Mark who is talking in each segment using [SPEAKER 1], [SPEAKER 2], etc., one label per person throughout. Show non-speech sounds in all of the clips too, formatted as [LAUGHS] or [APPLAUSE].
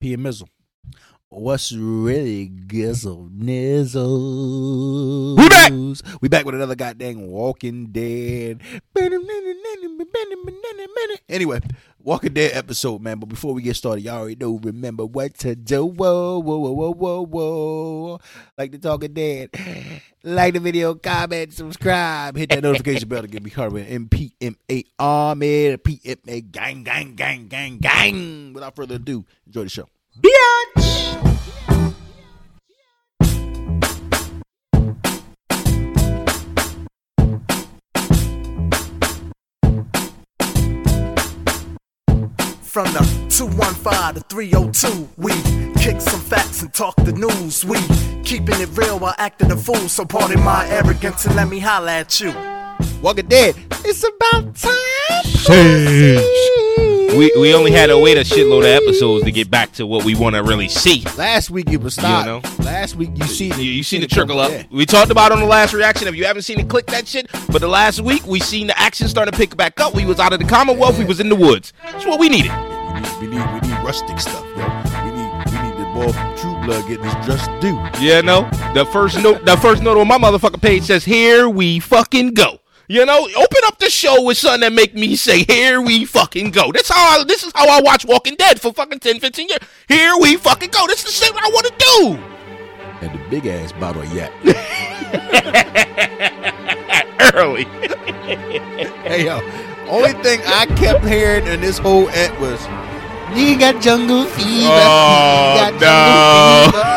[SPEAKER 1] P and Mizzle. What's really gizzle nizzles? We back. We back with another goddamn Walking Dead. Anyway, Walking Dead episode, man. But before we get started, y'all already know. Remember what to do. Whoa, whoa, whoa, whoa, whoa, whoa. Like the Talking Dead. Like the video, comment, subscribe, hit that notification bell to get me covered. MPMA Army, PMA Gang, Gang, Gang, Gang, Gang. Without further ado, enjoy the show.
[SPEAKER 2] From the 215 to 302, we kick some facts and talk the news. We keeping it real while acting a fool. So pardon my arrogance and let me holla at you.
[SPEAKER 1] Walking Dead. It's about time.
[SPEAKER 3] We, we only had to wait a shitload of episodes to get back to what we want to really see.
[SPEAKER 1] Last week it was stopped.
[SPEAKER 3] know?
[SPEAKER 1] Last week you see
[SPEAKER 3] You, you seen the
[SPEAKER 1] it
[SPEAKER 3] trickle
[SPEAKER 1] come-
[SPEAKER 3] up.
[SPEAKER 1] yeah.
[SPEAKER 3] We talked about it on the last reaction. If you haven't seen it, click that shit. But the last week, we seen the action starting to pick back up. We was out of the Commonwealth. We was in the woods. That's what we needed.
[SPEAKER 1] We need we need rustic stuff, yo. We need we need the ball from True Blood getting his just due.
[SPEAKER 3] You know, the first note, the first note on my motherfucking page says, "Here we fucking go." You know, open up the show with something that make me say, "Here we fucking go." That's how I, this is how I watch Walking Dead for fucking 10, 15 years. Here we fucking go. This is the shit I want to do. [LAUGHS]
[SPEAKER 1] And the big ass bottle of yak. [LAUGHS]
[SPEAKER 3] early.
[SPEAKER 1] hey yo. Only thing I kept hearing in this whole act was you got jungle fever.
[SPEAKER 3] Oh,
[SPEAKER 1] you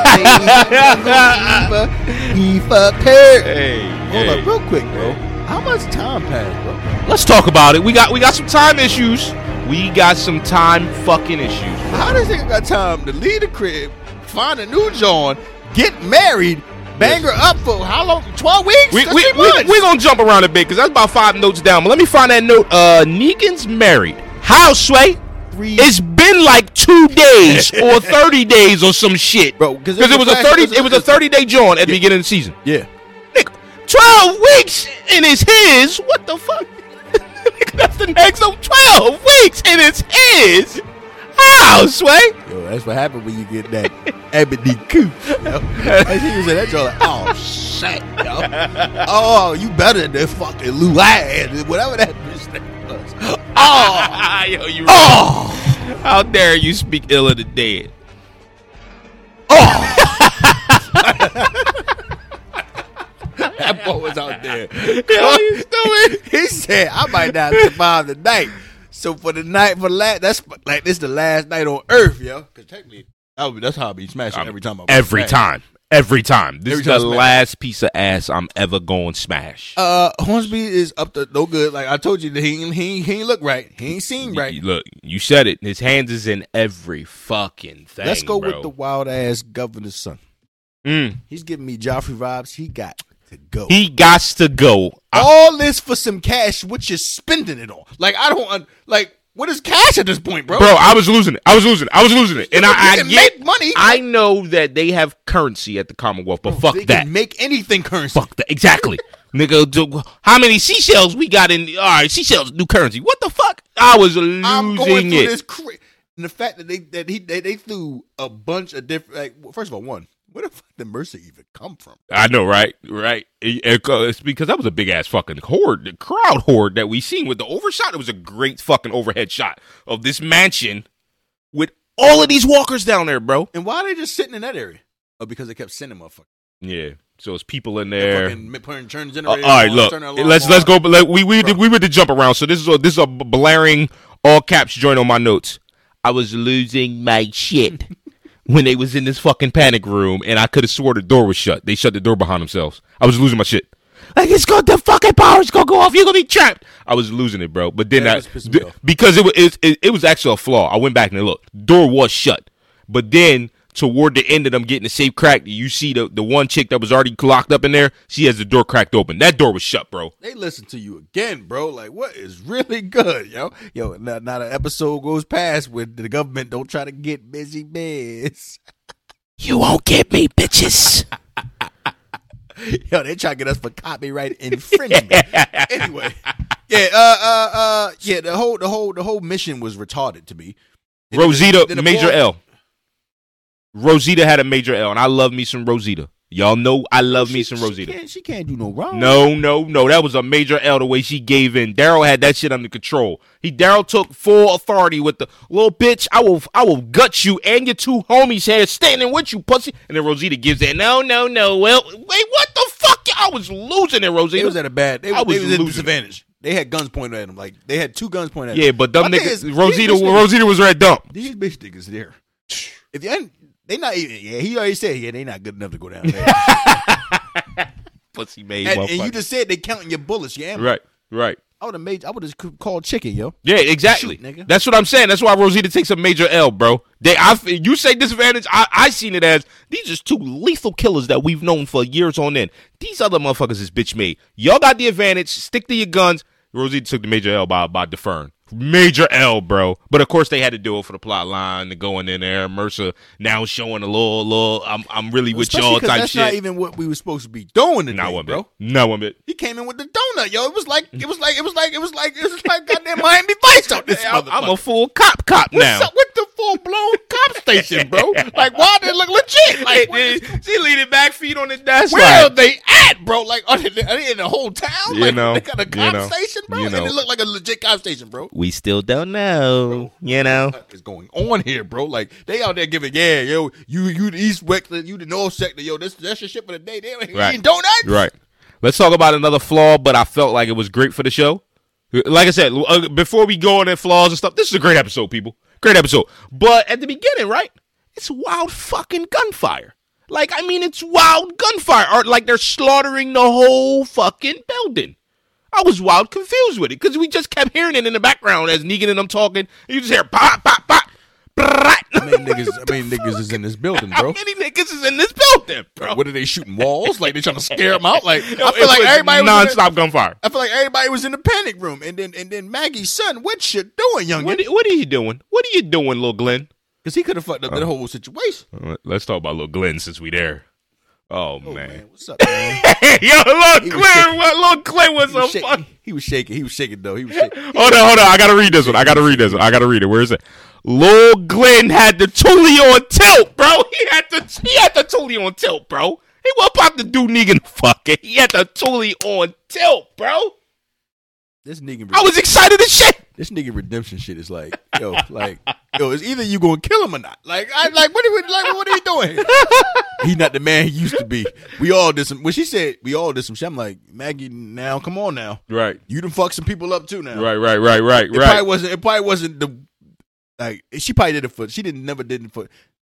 [SPEAKER 1] got
[SPEAKER 3] [LAUGHS]
[SPEAKER 1] jungle fever. He fucked her.
[SPEAKER 3] Hey,
[SPEAKER 1] Hold up, real quick, bro.
[SPEAKER 3] hey.
[SPEAKER 1] How much time passed, bro?
[SPEAKER 3] Let's talk about it. We got we got some time issues. We got some time fucking issues.
[SPEAKER 1] How does nigga got time to leave the crib, find a new John, get married, bang her up for how long? Twelve weeks?
[SPEAKER 3] We,
[SPEAKER 1] That's
[SPEAKER 3] we,
[SPEAKER 1] three
[SPEAKER 3] we,
[SPEAKER 1] months.
[SPEAKER 3] we're gonna jump around a bit because that's about five notes down. But let me find that note. Uh Negan's married. How Sway?
[SPEAKER 1] Three-
[SPEAKER 3] It's been like two [LAUGHS] days or thirty days or some shit.
[SPEAKER 1] Bro, 'cause
[SPEAKER 3] because
[SPEAKER 1] it
[SPEAKER 3] it
[SPEAKER 1] was
[SPEAKER 3] was a
[SPEAKER 1] fast-
[SPEAKER 3] thirty
[SPEAKER 1] it was-
[SPEAKER 3] it was a thirty day John at the beginning of the season.
[SPEAKER 1] yeah.
[SPEAKER 3] Nigga, 12 weeks and it's his. What the fuck? [LAUGHS] Nigga, That's the next up 12 weeks and it's his. How, Sway?
[SPEAKER 1] Yo, that's what happened when you get
[SPEAKER 3] [LAUGHS]
[SPEAKER 1] that ebony coop. yo. As he was in that John, like, oh shit, yo. Oh, you better than fucking Lou Anne, whatever that bitch name was. Oh,
[SPEAKER 3] [LAUGHS] Yo, you
[SPEAKER 1] oh,
[SPEAKER 3] How dare you speak ill of the dead?
[SPEAKER 1] oh. that boy was out there. he said, "I might not survive the night." So for the night, for the last, that's like this the last night on Earth, yo. Because technically, that would be, that's how I be smashing every time. I
[SPEAKER 3] Every
[SPEAKER 1] smash.
[SPEAKER 3] time. Every time. This
[SPEAKER 1] Every
[SPEAKER 3] is
[SPEAKER 1] time
[SPEAKER 3] the
[SPEAKER 1] smash.
[SPEAKER 3] last piece of ass I'm ever going smash.
[SPEAKER 1] Uh, Hornsby is up to no good. Like I told you, that he ain't- he ain't- he ain't look right. He ain't seen
[SPEAKER 3] You-
[SPEAKER 1] right.
[SPEAKER 3] Look, you said it. His hands is in every fucking thing.
[SPEAKER 1] Let's go
[SPEAKER 3] bro.
[SPEAKER 1] with the wild ass governor's son.
[SPEAKER 3] Mm.
[SPEAKER 1] He's giving me Joffrey vibes. He got to go.
[SPEAKER 3] He got to go. I-
[SPEAKER 1] All this for some cash, which you're spending it on. Like I don't un- like what is cash at this point, bro?
[SPEAKER 3] bro, I was losing it. I was losing it. I was losing it. And I, I
[SPEAKER 1] You can
[SPEAKER 3] get
[SPEAKER 1] make money.
[SPEAKER 3] I know that they have currency at the Commonwealth, but fuck
[SPEAKER 1] they
[SPEAKER 3] that.
[SPEAKER 1] can make anything currency.
[SPEAKER 3] fuck
[SPEAKER 1] [LAUGHS]
[SPEAKER 3] that. Exactly. Nigga, do- how many seashells we got in? All right, seashells, new currency. What the fuck? I was losing
[SPEAKER 1] I'm going through
[SPEAKER 3] it.
[SPEAKER 1] this. Cra- and the fact that they that he they, they threw a bunch of different. Like, well, first of all, one, where the fuck did Mercy even come from?
[SPEAKER 3] I know, right? Right. It- it- uh, it's because that was a big ass fucking horde, the crowd horde that we seen with the overshot. It was a great fucking overhead shot of this mansion with all of these walkers down there, bro.
[SPEAKER 1] And why are they just sitting in that area? Oh, because they kept sending motherfuckers.
[SPEAKER 3] Yeah. So it's people in
[SPEAKER 1] They
[SPEAKER 3] there.
[SPEAKER 1] Fucking mi- putting turn
[SPEAKER 3] Uh, all
[SPEAKER 1] generators.
[SPEAKER 3] right,
[SPEAKER 1] on,
[SPEAKER 3] look.
[SPEAKER 1] turn alarm
[SPEAKER 3] Let's let's
[SPEAKER 1] on.
[SPEAKER 3] go. Let, we we did, we were to jump around. So this is a, this is a b- blaring all caps joint on my notes. I was losing my shit [LAUGHS] when they was in this fucking panic room, and I could have swore the door was shut. They shut the door behind themselves. I was losing my shit. Like it's going the fucking power's gonna go off. You're gonna be trapped. I was losing it, bro. But then
[SPEAKER 1] That
[SPEAKER 3] I,
[SPEAKER 1] was pissing me
[SPEAKER 3] th-
[SPEAKER 1] off.
[SPEAKER 3] because it was it, it, it was actually a flaw. I went back and looked. Door was shut, but then toward the end of them getting the safe cracked, you see the the one chick that was already locked up in there. She has the door cracked open. That door was shut, bro.
[SPEAKER 1] They listen to you again, bro. Like, what is really [LAUGHS] good, yo? Yo, not, not an episode goes past with the government don't try to get busy biz. [LAUGHS]
[SPEAKER 3] You won't get me, bitches.
[SPEAKER 1] Yo, they try to get us for copyright infringement. [LAUGHS] anyway, yeah, uh, uh, uh, yeah. The whole, the whole, the whole mission was retarded to me.
[SPEAKER 3] Rosita,
[SPEAKER 1] Then the
[SPEAKER 3] Major
[SPEAKER 1] boy-
[SPEAKER 3] L. Rosita had a major L, and I love me some Rosita. Y'all know I love me some Rosita.
[SPEAKER 1] She can't, she can't do no wrong.
[SPEAKER 3] No, no, no. That was a major L the way she gave in. Daryl had that shit under control. He Daryl took full authority with the little bitch. I will I will gut you and your two homies here standing with you, pussy. And then Rosita gives that no no no. Well wait, what the fuck? I was losing it,
[SPEAKER 1] They
[SPEAKER 3] Rosita.
[SPEAKER 1] was at a bad. They,
[SPEAKER 3] I
[SPEAKER 1] was,
[SPEAKER 3] was
[SPEAKER 1] they was at a
[SPEAKER 3] losing.
[SPEAKER 1] disadvantage. They had guns pointed at them. Like they had two guns pointed at them.
[SPEAKER 3] yeah, but them
[SPEAKER 1] My thing is,
[SPEAKER 3] niggas Rosita
[SPEAKER 1] these bitch niggas-
[SPEAKER 3] Rosita was red dump.
[SPEAKER 1] These bitch niggas there. If you ain't, they not even. Yeah, he already said. Yeah, they not good enough to go down
[SPEAKER 3] [LAUGHS]
[SPEAKER 1] there.
[SPEAKER 3] Pussy made
[SPEAKER 1] and, and you
[SPEAKER 3] motherfucker.
[SPEAKER 1] just said they counting your bullets. Yeah,
[SPEAKER 3] Right, right.
[SPEAKER 1] I would have made. I would have called chicken, yo.
[SPEAKER 3] Yeah, exactly.
[SPEAKER 1] Shoot, nigga.
[SPEAKER 3] That's what I'm saying. That's why Rosita takes a major L, bro. They, I, you say disadvantage. I, I seen it as these are two lethal killers that we've known for years on end. These other motherfuckers is bitch made. Y'all got the advantage. Stick to your guns. Rosita took the major L by by deferring. Major L, bro. But of course they had to do it for the plot line, the going in there. Mercer now showing a little, little. I'm, I'm really with
[SPEAKER 1] Especially
[SPEAKER 3] y'all
[SPEAKER 1] 'cause
[SPEAKER 3] type
[SPEAKER 1] that's not
[SPEAKER 3] shit.
[SPEAKER 1] even what we were supposed to be doing today,
[SPEAKER 3] Not one
[SPEAKER 1] bro.
[SPEAKER 3] bit. Not one bit.
[SPEAKER 1] He came in with the donut, yo. It was like it was like it was like it was like it
[SPEAKER 3] [LAUGHS]
[SPEAKER 1] was like goddamn Miami Vice out this
[SPEAKER 3] Hey, [LAUGHS] I'm,
[SPEAKER 1] motherfucker.
[SPEAKER 3] I'm a full cop, cop
[SPEAKER 1] What's
[SPEAKER 3] now.
[SPEAKER 1] up with the full blown cop station, bro? Like, why they look legit?
[SPEAKER 3] [LAUGHS]
[SPEAKER 1] Like, where, is-
[SPEAKER 3] she leaning back feet on the dash.
[SPEAKER 1] where are they at, bro? Like, are they, are they in the whole town?
[SPEAKER 3] You
[SPEAKER 1] like,
[SPEAKER 3] know,
[SPEAKER 1] they got a
[SPEAKER 3] you
[SPEAKER 1] cop
[SPEAKER 3] know,
[SPEAKER 1] station, bro,
[SPEAKER 3] you
[SPEAKER 1] and
[SPEAKER 3] know.
[SPEAKER 1] it looked like a legit cop station, bro.
[SPEAKER 3] we still don't know. You know,
[SPEAKER 1] What is going on here, bro? Like, they out there giving, yeah, yo, you, you the East Sector, you the North Sector, yo, this, that's your shit for the day. They ain't
[SPEAKER 3] Right.
[SPEAKER 1] eating donuts, [LAUGHS]
[SPEAKER 3] right? Let's talk about another flaw, but I felt like it was great for the show. Like I said, uh, before we go on at flaws and stuff, this is a great episode, people. Great episode. But at the beginning, right? It's wild fucking gunfire. Like I mean, it's wild gunfire. Or like they're slaughtering the whole fucking building. I was wild confused with it because we just kept hearing it in the background as Negan and them talking. And you just hear pop, pop, pop.
[SPEAKER 1] I
[SPEAKER 3] [LAUGHS]
[SPEAKER 1] mean, niggas, I mean, niggas is in this building, [LAUGHS]
[SPEAKER 3] How
[SPEAKER 1] bro.
[SPEAKER 3] many niggas is in this building, bro?
[SPEAKER 1] What are they shooting walls? Like they trying to scare them out? Like
[SPEAKER 3] [LAUGHS] Yo,
[SPEAKER 1] I feel
[SPEAKER 3] it
[SPEAKER 1] like
[SPEAKER 3] was
[SPEAKER 1] everybody was in the-
[SPEAKER 3] nonstop gunfire.
[SPEAKER 1] I feel like everybody was in the panic room, and then and then Maggie's son, what you doing,
[SPEAKER 3] What,
[SPEAKER 1] youngin?
[SPEAKER 3] what are you doing? What are you doing, little Glenn?
[SPEAKER 1] Because he could have fucked up
[SPEAKER 3] Uh.
[SPEAKER 1] that whole situation.
[SPEAKER 3] Let's talk about little Glenn since we there. Oh, man.
[SPEAKER 1] Man, what's up, man?
[SPEAKER 3] [LAUGHS] yo, little
[SPEAKER 1] was shaking.
[SPEAKER 3] Glenn, what, little Glenn was
[SPEAKER 1] He was,
[SPEAKER 3] a fuck.
[SPEAKER 1] shaking, he was shaking. He was shaking though. He was shaking.
[SPEAKER 3] Hold on, hold on. I gotta read this one. I gotta read this one. I gotta read it. Where is it? Lil Glenn had the Tully on tilt, bro. He had the he had the Tully on tilt, bro. He was about to do Negan fucking. He had the Tully on tilt, bro.
[SPEAKER 1] This nigga,
[SPEAKER 3] I was excited as shit.
[SPEAKER 1] this nigga redemption shit is like, yo, like, yo, it's either you gonna kill him or not. Like, I like, what are we, like, what are you doing? here? he not the man he used to be. We all did some. When she said we all did some shit, I'm like, Maggie, now come on now.
[SPEAKER 3] Right,
[SPEAKER 1] You done fuck some people up too now.
[SPEAKER 3] right, right, right,
[SPEAKER 1] It probably wasn't. It probably wasn't the like she probably did it for. She didn't never did it for.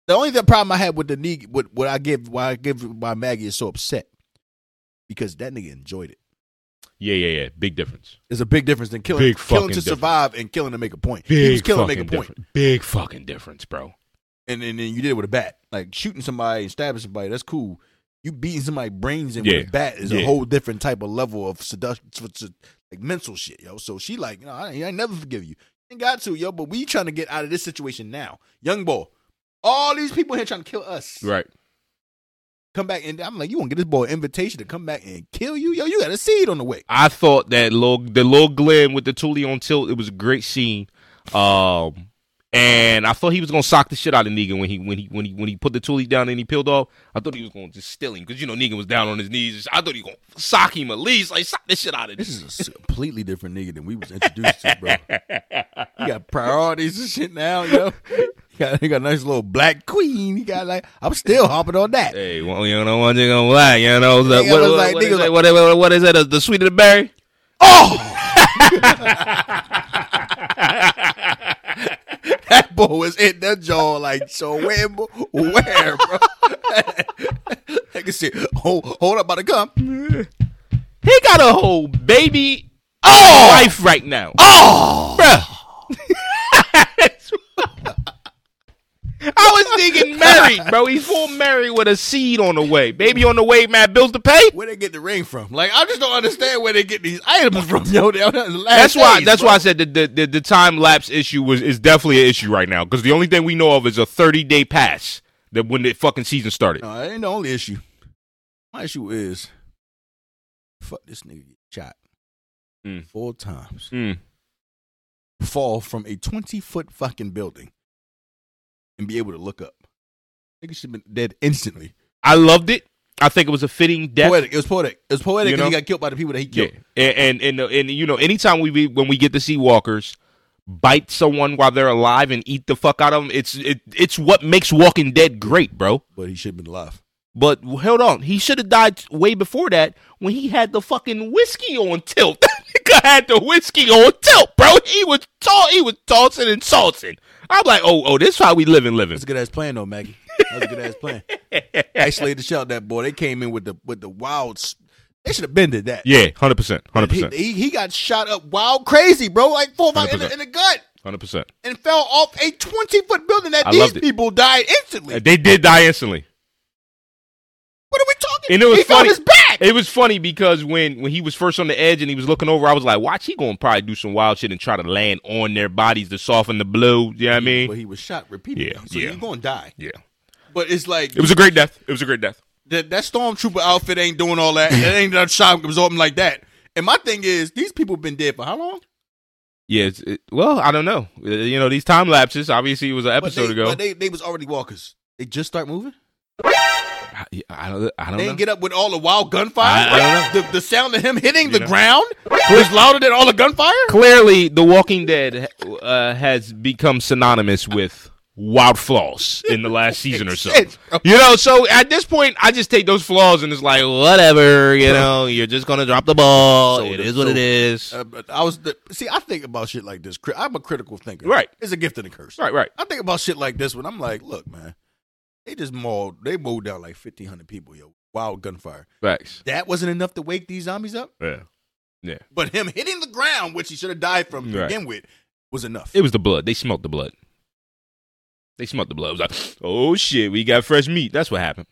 [SPEAKER 1] The only the problem I had with the knee, what what I give, why I give, why Maggie is so upset because that nigga enjoyed it.
[SPEAKER 3] Yeah, yeah, yeah. Big difference.
[SPEAKER 1] There's a big difference than killing,
[SPEAKER 3] Big
[SPEAKER 1] killing
[SPEAKER 3] fucking
[SPEAKER 1] to
[SPEAKER 3] difference.
[SPEAKER 1] survive and killing to make a point.
[SPEAKER 3] Big
[SPEAKER 1] he was killing to make a
[SPEAKER 3] fucking
[SPEAKER 1] point,
[SPEAKER 3] difference. Big fucking difference, bro.
[SPEAKER 1] and, and then you did it with a bat, like shooting somebody and stabbing somebody. That's cool. You beating somebody brains in
[SPEAKER 3] Yeah.
[SPEAKER 1] with a bat is a
[SPEAKER 3] Yeah.
[SPEAKER 1] whole different type of level of seduction, like mental shit, yo. So she like, no, I, ain't- I ain't never forgive you. Ain't got to, yo. But we trying to get out of this situation now, young boy. All these people here trying to kill us.
[SPEAKER 3] Right.
[SPEAKER 1] Come back and I'm like, you want to get this boy an invitation to come back and kill you, yo? You got a seed on the way.
[SPEAKER 3] I thought that little the little Glenn with the Tully on tilt, it was a great scene. Um and I thought he was gonna sock the shit out of Negan when he when he when he when he put the Tully down and he peeled off. I thought he was gonna just steal him because you know Negan was down on his knees. I thought he was gonna sock him at least, like sock the shit out of
[SPEAKER 1] This
[SPEAKER 3] this.
[SPEAKER 1] is a s- completely different nigga than we was introduced to, bro. You got priorities and shit now, yo. You got, you got a nice little black queen. You got like, I'm still hopping on that.
[SPEAKER 3] Hey, well, you know one thing on black, you know the,
[SPEAKER 1] Nigga
[SPEAKER 3] what,
[SPEAKER 1] was
[SPEAKER 3] what,
[SPEAKER 1] like-
[SPEAKER 3] what
[SPEAKER 1] nigga
[SPEAKER 3] is
[SPEAKER 1] was
[SPEAKER 3] that, what, what- what is that? uh, The sweet of the berry?
[SPEAKER 1] That boy was in that jaw like, so where, bo- where, bro? [LAUGHS] Nigga shit, hold, hold up, about to come.
[SPEAKER 3] He got a whole baby oh! wife right now. Oh, bro. [LAUGHS] I was thinking married, bro. He's full married with a seed on the way. Baby on the way, man. Bills to pay.
[SPEAKER 1] Where they get the ring from? Like, I just don't understand where they get these items from, yo. They-
[SPEAKER 3] That's
[SPEAKER 1] That's
[SPEAKER 3] why. That's why I said the the, the, the time lapse issue was is definitely an issue right now because the only thing we know of is a thirty day pass that when the fucking season started.
[SPEAKER 1] No, that ain't the only issue. My issue is, fuck this nigga get shot
[SPEAKER 3] Mm.
[SPEAKER 1] four times,
[SPEAKER 3] Mm.
[SPEAKER 1] fall from a twenty foot fucking building, and be able to look up. Nigga should have been dead instantly.
[SPEAKER 3] I loved it. I think it was a fitting death.
[SPEAKER 1] Poetic. It was poetic. It was poetic
[SPEAKER 3] You
[SPEAKER 1] because he
[SPEAKER 3] know?
[SPEAKER 1] got killed by the people that he
[SPEAKER 3] Yeah,
[SPEAKER 1] killed.
[SPEAKER 3] and and and, uh, and you know, anytime we be, when we get to see walkers bite someone while they're alive and eat the fuck out of them, it's it, it's what makes Walking Dead great, bro.
[SPEAKER 1] But he should have been alive.
[SPEAKER 3] But hold on, he should have died way before that when he had the fucking whiskey on tilt. [LAUGHS] That nigga had the whiskey on tilt, bro. He was tall, he was tossing and salting. I'm like, oh, oh, this how we living, living.
[SPEAKER 1] That's a good ass plan though, Maggie. That's a good ass
[SPEAKER 3] [LAUGHS]
[SPEAKER 1] plan. Isolated the shell that boy. They came in with the with the wild. s- They should have been did that.
[SPEAKER 3] Yeah, hundred percent, hundred
[SPEAKER 1] He,
[SPEAKER 3] percent,
[SPEAKER 1] he he got shot up wild crazy, bro. Like four or five in the,
[SPEAKER 3] 100%.
[SPEAKER 1] in the gut
[SPEAKER 3] hundred percent.
[SPEAKER 1] and fell off a twenty foot building that
[SPEAKER 3] I
[SPEAKER 1] these
[SPEAKER 3] loved it.
[SPEAKER 1] people died instantly.
[SPEAKER 3] They did die instantly.
[SPEAKER 1] what are we talking?
[SPEAKER 3] And it was
[SPEAKER 1] he
[SPEAKER 3] funny.
[SPEAKER 1] Found his back.
[SPEAKER 3] It was funny because when when he was first on the edge and he was looking over, I was like, "Watch, he gonna probably do some wild shit and try to land on their bodies to soften the blow." You know what I mean?
[SPEAKER 1] But he was shot repeatedly,
[SPEAKER 3] Yeah,
[SPEAKER 1] so
[SPEAKER 3] yeah.
[SPEAKER 1] you're gonna die.
[SPEAKER 3] Yeah,
[SPEAKER 1] But it's like
[SPEAKER 3] it was a great death. It was a great death.
[SPEAKER 1] that, that stormtrooper outfit ain't doing all that. it ain't that shock absorbing like that. And my thing is, these people been dead for how long?
[SPEAKER 3] Yeah, it's, it, well, I don't know. Uh, You know, these time lapses. Obviously, it was an
[SPEAKER 1] But
[SPEAKER 3] episode
[SPEAKER 1] they,
[SPEAKER 3] ago.
[SPEAKER 1] but they they was already walkers. They just start moving.
[SPEAKER 3] I, I don't. I
[SPEAKER 1] They
[SPEAKER 3] don't know.
[SPEAKER 1] didn't get up with all the wild gunfire.
[SPEAKER 3] I- I
[SPEAKER 1] The, the sound of him hitting
[SPEAKER 3] You
[SPEAKER 1] the
[SPEAKER 3] know?
[SPEAKER 1] ground was louder than all the gunfire.
[SPEAKER 3] Clearly, The Walking Dead uh, has become synonymous with wild flaws in the last season or so.
[SPEAKER 1] [LAUGHS] Shit.
[SPEAKER 3] You know, so at this point, I just take those flaws and it's like whatever. You know, you're just gonna drop the ball.
[SPEAKER 1] So
[SPEAKER 3] it
[SPEAKER 1] the-
[SPEAKER 3] is what
[SPEAKER 1] so-
[SPEAKER 3] it is.
[SPEAKER 1] Uh, but I was the, see. I think about shit like this. Cri- I'm a critical thinker.
[SPEAKER 3] Right.
[SPEAKER 1] It's a gift and a curse.
[SPEAKER 3] right, right.
[SPEAKER 1] I think about shit like this when I'm like, look, man, they just mauled. They mowed down like 1,500 people. Yo, wild gunfire.
[SPEAKER 3] Facts.
[SPEAKER 1] That wasn't enough to wake these zombies up.
[SPEAKER 3] Yeah.
[SPEAKER 1] But him hitting the ground, which he should have died from to
[SPEAKER 3] Right.
[SPEAKER 1] begin with, was enough.
[SPEAKER 3] It was the blood. They smelt the blood. They smelt the blood. It was like, oh shit, we got fresh meat. That's what happened.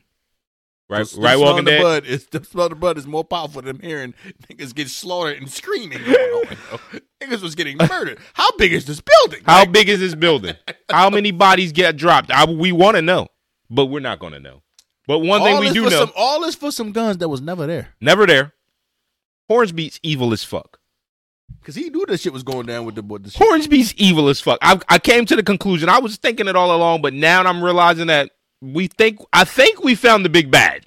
[SPEAKER 3] Right,
[SPEAKER 1] The- the
[SPEAKER 3] right.
[SPEAKER 1] smell
[SPEAKER 3] Walking
[SPEAKER 1] of the
[SPEAKER 3] Dead.
[SPEAKER 1] Blood is, the smell of the blood is more powerful than hearing niggas get slaughtered and screaming. going
[SPEAKER 3] [LAUGHS]
[SPEAKER 1] on. niggas was getting murdered. How big is this building?
[SPEAKER 3] How
[SPEAKER 1] Like,
[SPEAKER 3] big is this building? How many bodies get dropped? I, we want to know, but we're not going to know. But one
[SPEAKER 1] all
[SPEAKER 3] thing we
[SPEAKER 1] this
[SPEAKER 3] do
[SPEAKER 1] for
[SPEAKER 3] know:
[SPEAKER 1] Some, all this for some guns that was never there.
[SPEAKER 3] never there. Hornsby's evil as fuck.
[SPEAKER 1] Because he knew this shit was going down with the boy. This shit.
[SPEAKER 3] Hornsby's evil as fuck. I, I came to the conclusion. I was thinking it all along, but now I'm realizing that we think. I think we found the big bad. [LAUGHS]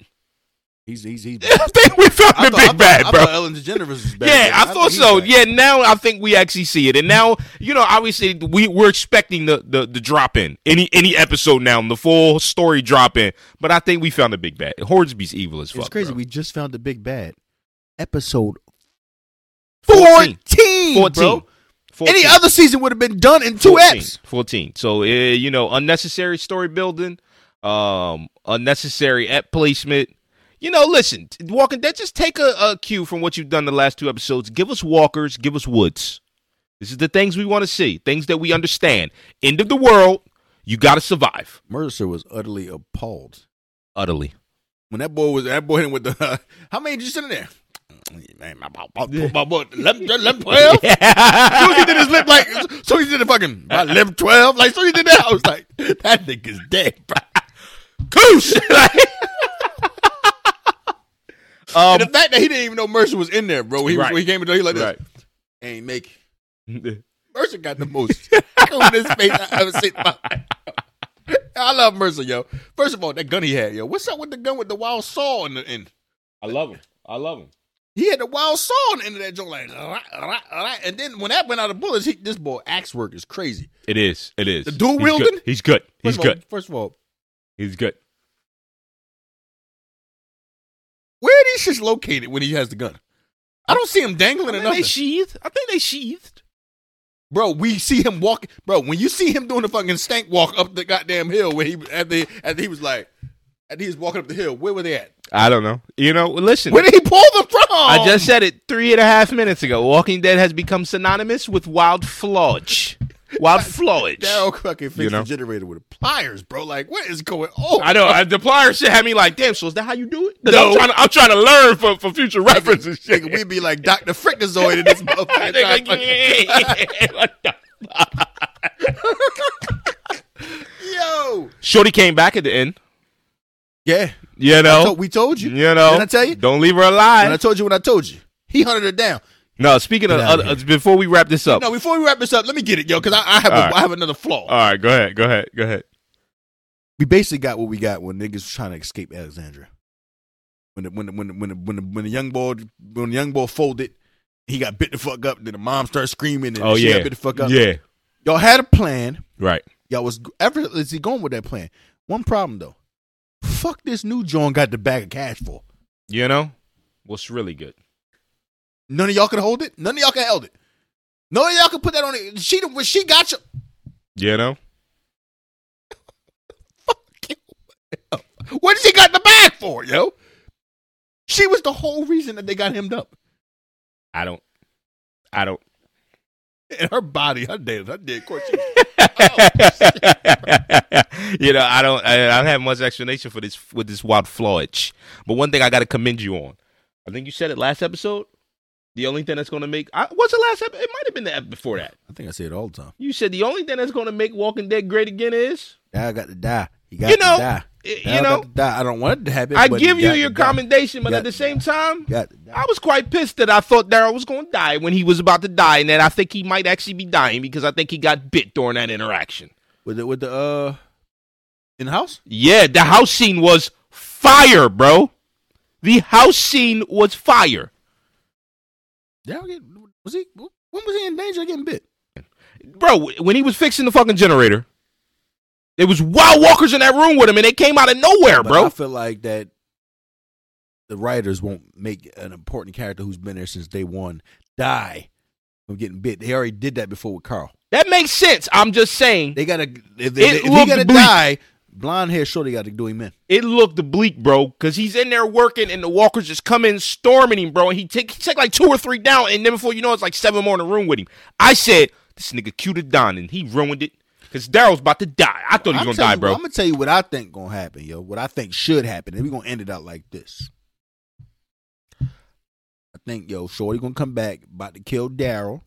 [SPEAKER 1] He's, he's, he's
[SPEAKER 3] I think we found
[SPEAKER 1] I
[SPEAKER 3] [LAUGHS] the
[SPEAKER 1] thought- I
[SPEAKER 3] big
[SPEAKER 1] thought-
[SPEAKER 3] bad,
[SPEAKER 1] I
[SPEAKER 3] bro.
[SPEAKER 1] thought Ellen DeGeneres was bad.
[SPEAKER 3] Yeah, I,
[SPEAKER 1] think
[SPEAKER 3] thought
[SPEAKER 1] he's
[SPEAKER 3] so.
[SPEAKER 1] bad.
[SPEAKER 3] Yeah, now I think we actually see it, and now you know, obviously, we we're expecting the the, the drop in any any episode now, the full story drop in. But I think we found a big bad. Hornsby's evil as fuck.
[SPEAKER 1] It's crazy.
[SPEAKER 3] bro.
[SPEAKER 1] We just found the big bad. Episode 14.
[SPEAKER 3] 14.
[SPEAKER 1] 14, bro.
[SPEAKER 3] 14.
[SPEAKER 1] Any other season would have been done in two
[SPEAKER 3] 14,
[SPEAKER 1] eps.
[SPEAKER 3] 14. So uh, you know, unnecessary story building, um, unnecessary app placement. You know, listen, Walking Dead. Just take a, a cue from what you've done the last two episodes. Give us walkers. Give us woods. This is the things we want to see. Things that we understand. End of the world. You got to survive.
[SPEAKER 1] Mercer was utterly appalled [LAUGHS]
[SPEAKER 3] Utterly.
[SPEAKER 1] when that boy was that boy hit with the. [LAUGHS] how many did you send in
[SPEAKER 3] [LAUGHS]
[SPEAKER 1] there? Man, my, my, my, my, my, my, 11, 11, 12? So he did his lip like, so he did the fucking, my lip 12, like, so he did that. I was like, that nigga's dead, bro. [LAUGHS]
[SPEAKER 3] Coos.
[SPEAKER 1] And
[SPEAKER 3] um,
[SPEAKER 1] the fact that he didn't even know Mercer was in there, bro. He, was
[SPEAKER 3] Right.
[SPEAKER 1] when he came in the door, he like this.
[SPEAKER 3] right.
[SPEAKER 1] Ain't make it. Mercer got the most coolest face I ever seen. in my [LAUGHS] life. I love Mercer, yo. First of all, that gun he had, yo. What's up with the gun with the wild saw in the end?
[SPEAKER 3] I love him. I love him.
[SPEAKER 1] He had the wild saw in the end of that joint, like, "Rah, rah, rah." and then when that went out of bullets, he, this boy axe work is crazy.
[SPEAKER 3] It is. It is.
[SPEAKER 1] The dual
[SPEAKER 3] He's good.
[SPEAKER 1] wielding?
[SPEAKER 3] He's good.
[SPEAKER 1] First
[SPEAKER 3] He's
[SPEAKER 1] of all-
[SPEAKER 3] good.
[SPEAKER 1] first of all,
[SPEAKER 3] He's good.
[SPEAKER 1] where are these shits located when he has the gun? I don't see him dangling or
[SPEAKER 3] I think they
[SPEAKER 1] nothing.
[SPEAKER 3] sheathed. I think they sheathed.
[SPEAKER 1] Bro, we see him walking. Bro, when you see him doing the fucking stank walk up the goddamn hill, where he after after he was like, after he was walking up the hill, where were they at?
[SPEAKER 3] I don't know. You know, listen.
[SPEAKER 1] Where did he pull them from?
[SPEAKER 3] I just said it three and a half minutes ago. Walking Dead has become synonymous with wild flodge. Wild flodge.
[SPEAKER 1] Daryl fucking fixed
[SPEAKER 3] You know?
[SPEAKER 1] the generator with pliers, bro. Like, what is going on?
[SPEAKER 3] I know. I, the pliers shit had me like, damn, so is that how you do it? 'Cause
[SPEAKER 1] No.
[SPEAKER 3] I'm, trying to, I'm trying to learn for, for future references. shit.
[SPEAKER 1] [LAUGHS]
[SPEAKER 3] [LAUGHS]
[SPEAKER 1] Nigga, we'd be like Dr. Frickazoid in this motherfucker.
[SPEAKER 3] Nigga, yeah. What the-
[SPEAKER 1] Yo.
[SPEAKER 3] [LAUGHS] Shorty came back at the end.
[SPEAKER 1] Yeah.
[SPEAKER 3] You know?
[SPEAKER 1] So we told you.
[SPEAKER 3] Oh. you know?
[SPEAKER 1] Didn't I tell you?
[SPEAKER 3] Don't leave her
[SPEAKER 1] When I
[SPEAKER 3] alive.
[SPEAKER 1] told you when I told you. He hunted her down.
[SPEAKER 3] no, speaking of,
[SPEAKER 1] Get outta
[SPEAKER 3] other, before we wrap this up.
[SPEAKER 1] No, before we wrap this up, let me get it, yo, because I, I have a,
[SPEAKER 3] All right.
[SPEAKER 1] I have another flaw.
[SPEAKER 3] All right, go ahead. Go ahead. Go ahead.
[SPEAKER 1] we basically got what we got when niggas was trying to escape Alexandria. When the, when the, when the, when the, when the, when the young boy when the young boy folded, he got bit the fuck up. Then the mom started screaming. And
[SPEAKER 3] Oh
[SPEAKER 1] she
[SPEAKER 3] yeah,
[SPEAKER 1] got bit the fuck up.
[SPEAKER 3] yeah,
[SPEAKER 1] y'all had a plan.
[SPEAKER 3] right.
[SPEAKER 1] Y'all was ever is he going with that plan? One problem though, fuck this new John got the bag of cash for.
[SPEAKER 3] You know, what's really good?
[SPEAKER 1] None of y'all could hold it. None of y'all could held it. None of y'all could put that on it. She the- when she got you.
[SPEAKER 3] You know,
[SPEAKER 1] What did she got the bag for, yo? She was the whole reason that they got hemmed up.
[SPEAKER 3] I don't, I don't.
[SPEAKER 1] And her body, her dead, her dead course. She,
[SPEAKER 3] [LAUGHS] you know, I don't, I, I don't have much explanation for this with this wild flawage. But one thing I got to commend you on. I think you said it last episode. The only thing that's going to make I, what's the last episode? It might have been the ep before that.
[SPEAKER 1] I think I say it all the time.
[SPEAKER 3] You said the only thing that's going to make Walking Dead great again is
[SPEAKER 1] Dad got to die. He got
[SPEAKER 3] You know,
[SPEAKER 1] to die.
[SPEAKER 3] y-
[SPEAKER 1] Dad
[SPEAKER 3] you know.
[SPEAKER 1] got to die. I don't want it to happen.
[SPEAKER 3] I
[SPEAKER 1] but
[SPEAKER 3] give
[SPEAKER 1] he
[SPEAKER 3] you
[SPEAKER 1] got
[SPEAKER 3] your
[SPEAKER 1] to die.
[SPEAKER 3] commendation, but
[SPEAKER 1] Got
[SPEAKER 3] at the
[SPEAKER 1] to
[SPEAKER 3] same time,
[SPEAKER 1] Got to die.
[SPEAKER 3] I was quite pissed that I thought Daryl was going to die when he was about to die, and that I think he might actually be dying because I think he got bit during that interaction.
[SPEAKER 1] with the with the uh in the house.
[SPEAKER 3] Yeah, the house scene was fire, bro. The house scene was fire.
[SPEAKER 1] Dad get was he when was he in danger of getting bit?
[SPEAKER 3] Bro, when he was fixing the fucking generator, there was wild walkers in that room with him, and they came out of nowhere,
[SPEAKER 1] But
[SPEAKER 3] bro.
[SPEAKER 1] I feel like that the writers won't make an important character who's been there since day one die from getting bit. They already did that before with Carl.
[SPEAKER 3] that makes sense. I'm just saying.
[SPEAKER 1] They gotta if, they,
[SPEAKER 3] It
[SPEAKER 1] if he
[SPEAKER 3] looked
[SPEAKER 1] gotta
[SPEAKER 3] bleak.
[SPEAKER 1] die, blonde hair shorty gotta do him in.
[SPEAKER 3] it looked bleak, bro, because he's in there working and the walkers just come in storming him, bro. And he take he take like two or three down, and then before you know, it, it's like seven more in the room with him. I said, this nigga cute to Don, and he ruined it because Daryl's about to die. I thought he was gonna die, bro.
[SPEAKER 1] I'm gonna tell you what I think gonna happen, yo. What I think should happen, and we gonna end it out like this. I think yo, Shorty gonna come back, about to kill Daryl,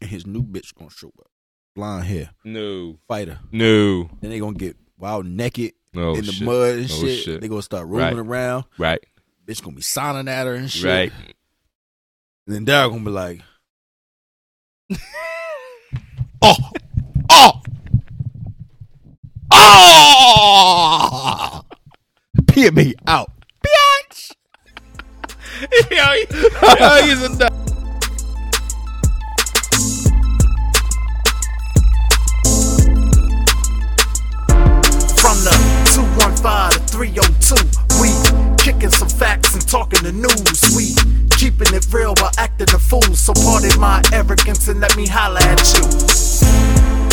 [SPEAKER 1] and his new bitch gonna show up, blonde hair,
[SPEAKER 3] no,
[SPEAKER 1] fighter.
[SPEAKER 3] no,
[SPEAKER 1] Then they gonna get wild naked
[SPEAKER 3] no,
[SPEAKER 1] in the mud and
[SPEAKER 3] Oh,
[SPEAKER 1] shit.
[SPEAKER 3] shit.
[SPEAKER 1] They gonna start rolling
[SPEAKER 3] Right.
[SPEAKER 1] around.
[SPEAKER 3] Right,
[SPEAKER 1] Bitch gonna be signing at her and shit.
[SPEAKER 3] right.
[SPEAKER 1] And then Daryl gonna be like,
[SPEAKER 3] Oh, oh, oh.
[SPEAKER 1] "Pee me out."
[SPEAKER 3] Yo, he- yo,
[SPEAKER 1] [LAUGHS]
[SPEAKER 3] he's a nut.
[SPEAKER 2] From the 215 to 302, we kicking some facts and talking the news. We keeping it real while acting a fool. So pardon my arrogance and let me holla at you.